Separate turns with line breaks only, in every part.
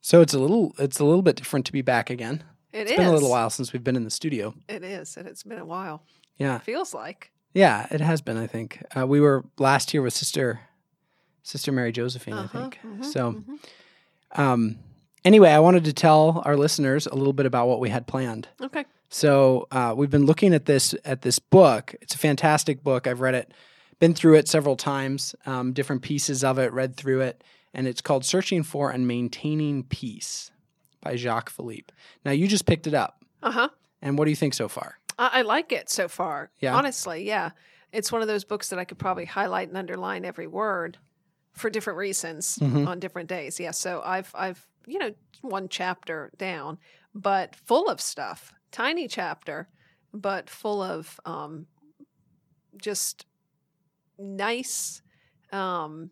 So it's a little it's a little bit different to be back again.
It
It's been a little
is.
while since we've been in the studio.
It is, and it's been a while.
Yeah,
Feels like.
yeah, it has been. I think uh, we were last year with sister sister Mary Josephine. I
Uh-huh,
think
mhm,
so.
mhm.
Um, anyway, I wanted to tell our listeners a little bit about what we had planned.
Okay.
So uh, we've been looking at this at this book. It's a fantastic book. I've read it, been through it several times, um, different pieces of it, read through it, and it's called "Searching for and Maintaining Peace" by Jacques Philippe. Now you just picked it up,
Uh huh.
and what do you think so far?
I, I like it so far.
Yeah.
Honestly, yeah. It's one of those books that I could probably highlight and underline every word for different reasons
Mhm.
on different days. Yeah. So I've I've you know one chapter down, but full of stuff. Tiny chapter, but full of um, just nice, um,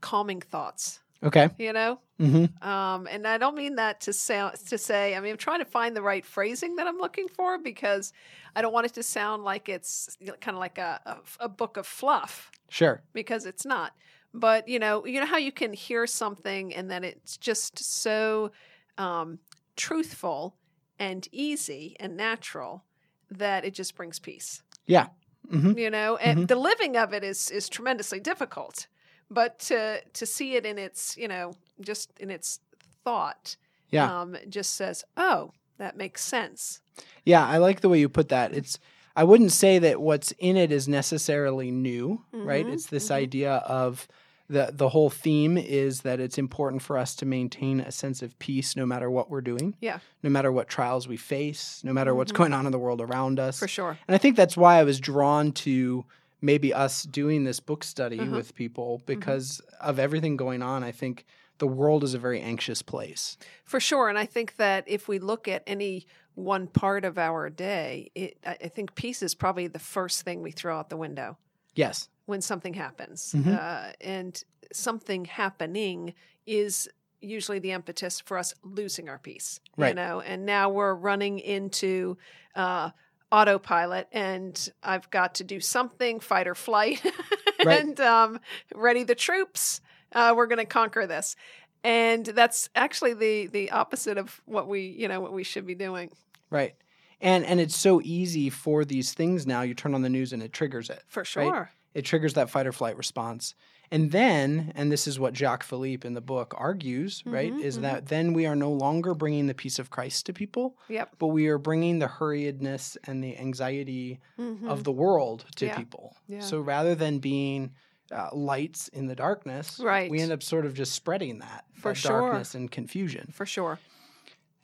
calming thoughts.
Okay.
You know,
Mm-hmm.
um, and I don't mean that to sound to say. I mean, I'm trying to find the right phrasing that I'm looking for because I don't want it to sound like it's kind of like a, a, a book of fluff
Sure.
because it's not. But you know, you know how you can hear something and then it's just so um, truthful and easy and natural that it just brings peace
Yeah. Mm-hmm.
you know and the living of it is is tremendously difficult but to to see it in its you know just in its thought
Yeah.
um just says oh that makes sense
Yeah, I like the way you put that. It's I wouldn't say that what's in it is necessarily new, right?
Mhm,
It's this
mhm.
idea of the the whole theme is that it's important for us to maintain a sense of peace no matter what we're doing.
Yeah.
No matter what trials we face, no matter what's
Mhm.
going on in the world around us.
for sure
And I think that's why I was drawn to maybe us doing this book study
Uh-huh.
with people because of everything going on. I think the world is a very anxious place.
for sure and i think that if we look at any one part of our day it i I think peace is probably the first thing we throw out the window
Yes.
when something happens
Mhm.
uh, and something happening is usually the impetus for us losing our peace you
Right.
know and now we're running into uh, autopilot and i've got to do something fight or flight
Right.
and um, ready the troops uh, we're going to conquer this and that's actually the the opposite of what we you know what we should be doing
Right. And and it's so easy for these things now. You turn on the news and it triggers it.
for sure
It triggers that fight or flight response. And then, and this is what Jacques Philippe in the book argues, right,
Mhm,
is
mhm.
that then we are no longer bringing the peace of Christ to people,
yep
but we are bringing the hurriedness and the anxiety
Mhm.
of the world to
Yeah.
people.
Yeah.
So rather than being uh, lights in the darkness,
Right.
we end up sort of just spreading that,
For
that
sure.
darkness and confusion.
for sure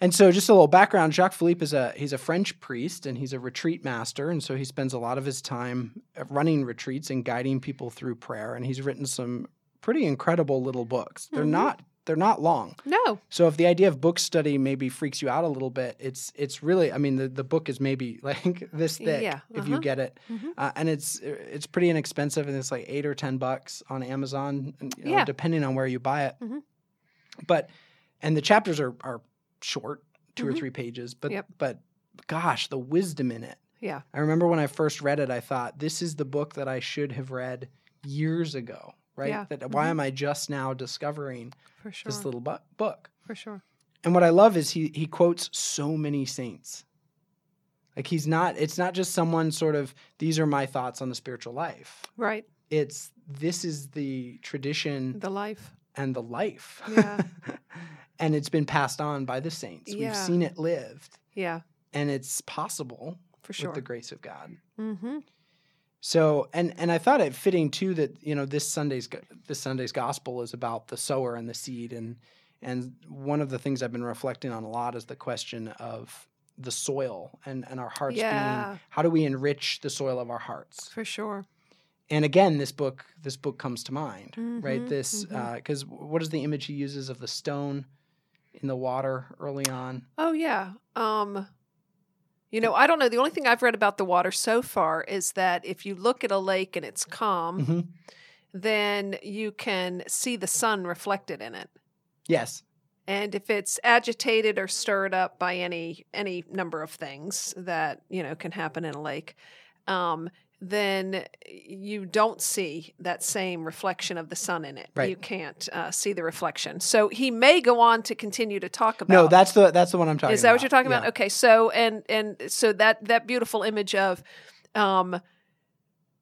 And so, just a little background: Jacques Philippe is a he's a French priest and he's a retreat master, and so he spends a lot of his time running retreats and guiding people through prayer. And he's written some pretty incredible little books. They're
Mhm.
not they're not long.
no
So if the idea of book study maybe freaks you out a little bit, it's it's really I mean the, the book is maybe like this thick
Yeah,
if you
uh-huh.
get it,
Mhm.
uh, and it's it's pretty inexpensive and it's like eight or ten bucks on Amazon, and, you know,
Yeah.
depending on where you buy it.
Mhm.
But and the chapters are are short, 2 or
Mhm.
three pages, but
Yep.
but gosh, the wisdom in it.
yeah
I remember when I first read it, I thought this is the book that I should have read years ago, right?
Yeah,
That why
mhm.
am I just now discovering
for sure
this little bu- book?
for sure
And what I love is he he quotes so many saints. Like he's not it's not just someone sort of these are my thoughts on the spiritual life.
right
It's this is the tradition
the life
and the life.
Yeah.
and it's been passed on by the saints. We've
Yeah.
seen it lived
yeah
and it's possible
for sure
with the grace of God.
mm-hmm.
So and and I thought it fitting too that you know this Sunday's go- this Sunday's gospel is about the sower and the seed and and one of the things I've been reflecting on a lot is the question of the soil and and our hearts
Yeah.
being how do we enrich the soil of our hearts
for sure
and again this book this book comes to mind right
Mhm,
this uh,
mhm.
because what is the image he uses of the stone in the water early on
oh yeah um you know i don't know the only thing i've read about the water so far is that if you look at a lake and it's calm
Mhm.
then you can see the sun reflected in it
yes
and if it's agitated or stirred up by any any number of things that you know can happen in a lake um, then you don't see that same reflection of the sun in it.
Right.
You can't uh, see the reflection. So he may go on to continue to talk about.
No, that's the that's the one I'm talking.
Is that
about.
what you're talking about?
Yeah.
Okay. So and and so that that beautiful image of um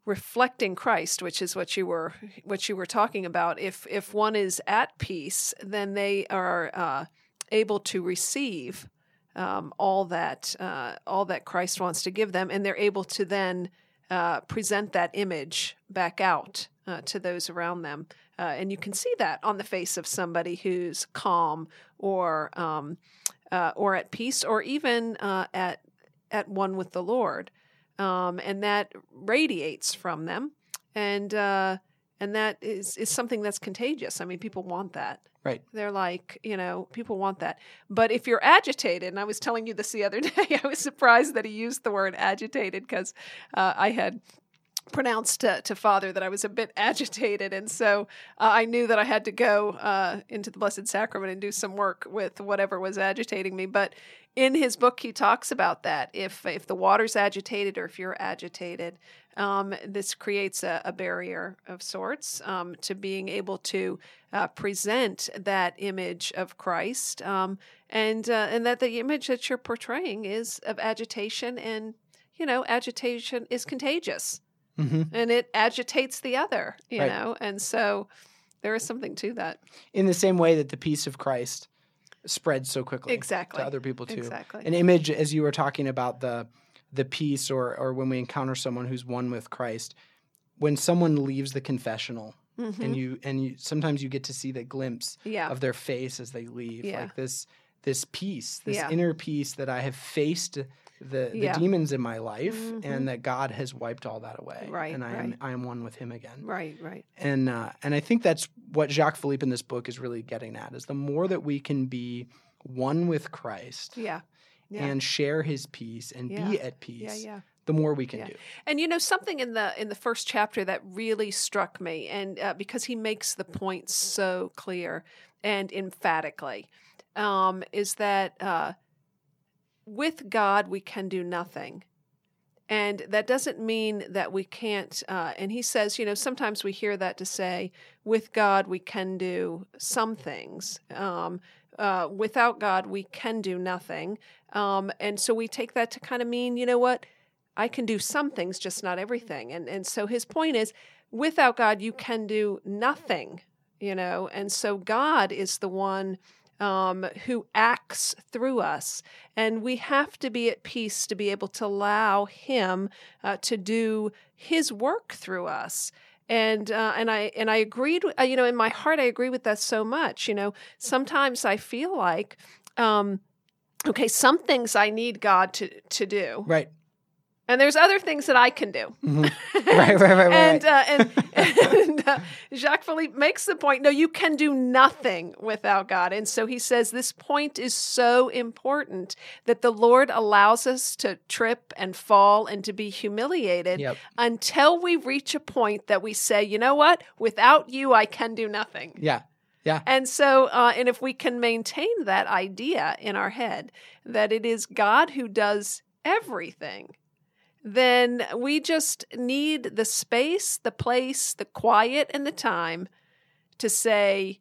reflecting Christ, which is what you were what you were talking about. If if one is at peace, then they are uh able to receive um, all that uh, all that Christ wants to give them, and they're able to then uh, present that image back out uh, to those around them. Uh, and you can see that on the face of somebody who's calm or um, uh, or at peace, or even uh, at at one with the Lord, um, and that radiates from them, and uh, and that is is something that's contagious. I mean, people want that.
Right.
They're like, you know, people want that. But if you're agitated, and I was telling you this the other day, I was surprised that he used the word agitated because uh, I had pronounced uh, to, to Father that I was a bit agitated. And so uh, I knew that I had to go uh, into the Blessed Sacrament and do some work with whatever was agitating me. But in his book, he talks about that. If, if the water's agitated or if you're agitated, um, this creates a, a barrier of sorts um, to being able to uh, present that image of Christ, um, and uh, and that the image that you're portraying is of agitation, and you know, agitation is contagious,
hmm
and it agitates the other, you
Right.
know, and so there is something to that.
In the same way that the peace of Christ spreads so quickly
Exactly.
to other people too.
Exactly.
An image, as you were talking about the the peace, or or when we encounter someone who's one with Christ, when someone leaves the confessional,
Mhm.
and you and you sometimes you get to see the glimpse
yeah.
of their face as they leave
Yeah.
like this this peace this
Yeah.
inner peace that i have faced the, the
Yeah.
demons in my life
Mhm.
and that god has wiped all that away
Right,
and i am
right.
i am one with him again
Right. Right.
and uh, and i think that's what jacques philippe in this book is really getting at is the more that we can be one with christ
Yeah. Yeah.
and share his peace and
Yeah.
be at
yeah.
peace
Yeah.
the more we can
Yeah.
do
And you know something in the in the first chapter that really struck me, and uh, because he makes the point so clear and emphatically, um, is that uh, with God we can do nothing, and that doesn't mean that we can't. Uh, and he says, you know, sometimes we hear that to say, with God we can do some things. Um, uh, without God, we can do nothing. Um, and so we take that to kind of mean, you know what? I can do some things, just not everything. And and so his point is, without God, you can do nothing. You know, and so God is the one um, who acts through us, and we have to be at peace to be able to allow Him uh, to do His work through us. And uh, and I and I agreed. with- uh, You know, in my heart, I agree with that so much. You know, sometimes I feel like. Um, Okay, some things I need God to, to do,
right
and there's other things that I can do.
Mhm. right right right right,
and
right.
uh, and, and uh, Jacques Philippe makes the point: no, you can do nothing without God. And so he says this point is so important that the Lord allows us to trip and fall and to be humiliated
Yep.
until we reach a point that we say, you know what? Without you, I can do nothing.
yeah
And so, uh, and if we can maintain that idea in our head that it is God who does everything, then we just need the space, the place, the quiet, and the time to say,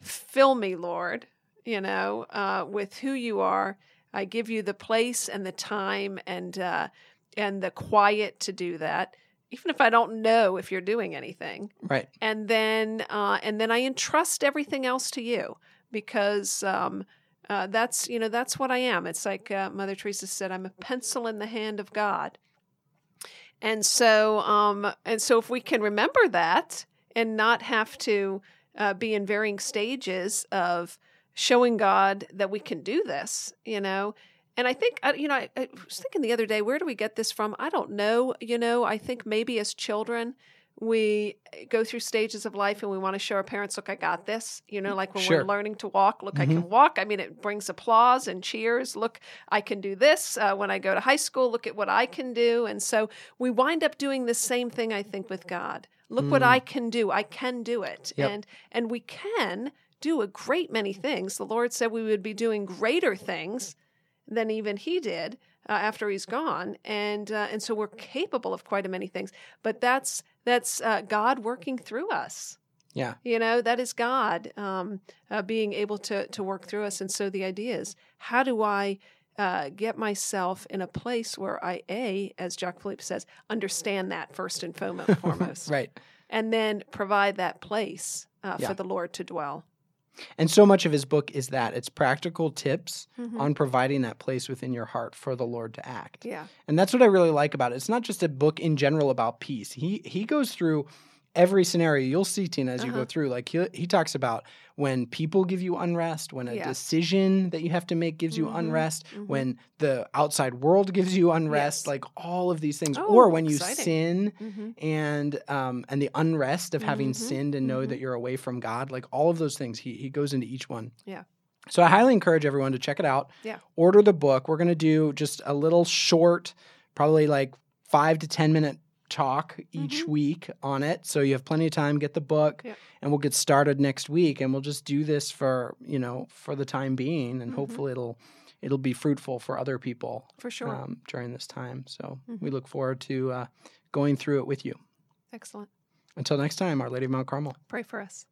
Fill me, Lord, you know, uh, with who you are. I give you the place and the time and, uh, and the quiet to do that, even if I don't know if you're doing anything
right
and then uh, and then I entrust everything else to you because um, uh, that's you know that's what I am. It's like uh, Mother Teresa said, I'm a pencil in the hand of God. And so um, and so if we can remember that and not have to uh, be in varying stages of showing God that we can do this, you know. And I think, I- you know, I, I was thinking the other day, where do we get this from? I don't know. You know, I think maybe as children, we go through stages of life and we want to show our parents, look, I got this. You know, like when
Sure.
we're learning to walk, look, I
Mhm.
can walk. I mean, it brings applause and cheers. Look, I can do this. Uh, when I go to high school, look at what I can do. And so we wind up doing the same thing, I think, with God. Look what
Mm.
I can do. I can do it.
Yep.
And and we can do a great many things. The Lord said we would be doing greater things than even he did uh, after he's gone, and uh, and so we're capable of quite a many things. But that's that's uh, God working through us.
Yeah.
You know that is God um, uh, being able to to work through us. And so the idea is, how do I uh, get myself in a place where I a, as Jacques Philippe says, understand that first and fomo- foremost,
Right.
and then provide that place uh,
Yeah.
for the Lord to dwell.
And so much of his book is that it's practical tips
Mhm.
on providing that place within your heart for the Lord to act.
Yeah.
And that's what I really like about it. It's not just a book in general about peace. He he goes through every scenario you'll see Tina as you go
Uh-huh.
through. Like he he talks about when people give you unrest, when a
Yeah.
decision that you have to make gives you
Mhm,
unrest,
mhm.
when the outside world gives you unrest,
Yes.
like all of these things.
Oh,
or when you
exciting.
sin
hmm
and um and the unrest of having
Mhm,
sinned and know
mhm.
that you're away from God, like all of those things. He he goes into each one.
Yeah.
So I highly encourage everyone to check it out.
Yeah.
Order the book. We're gonna do just a little short, probably like five to ten minute talk each
Mhm.
week on it. So you have plenty of time. Get the book
Yeah.
and we'll get started next week and we'll just do this for, you know, for the time being and
Mhm.
hopefully it'll it'll be fruitful for other people
For sure.
um, during this time. So
Mhm.
we look forward to uh, going through it with you.
Excellent.
Until next time, Our Lady of Mount Carmel.
Pray for us.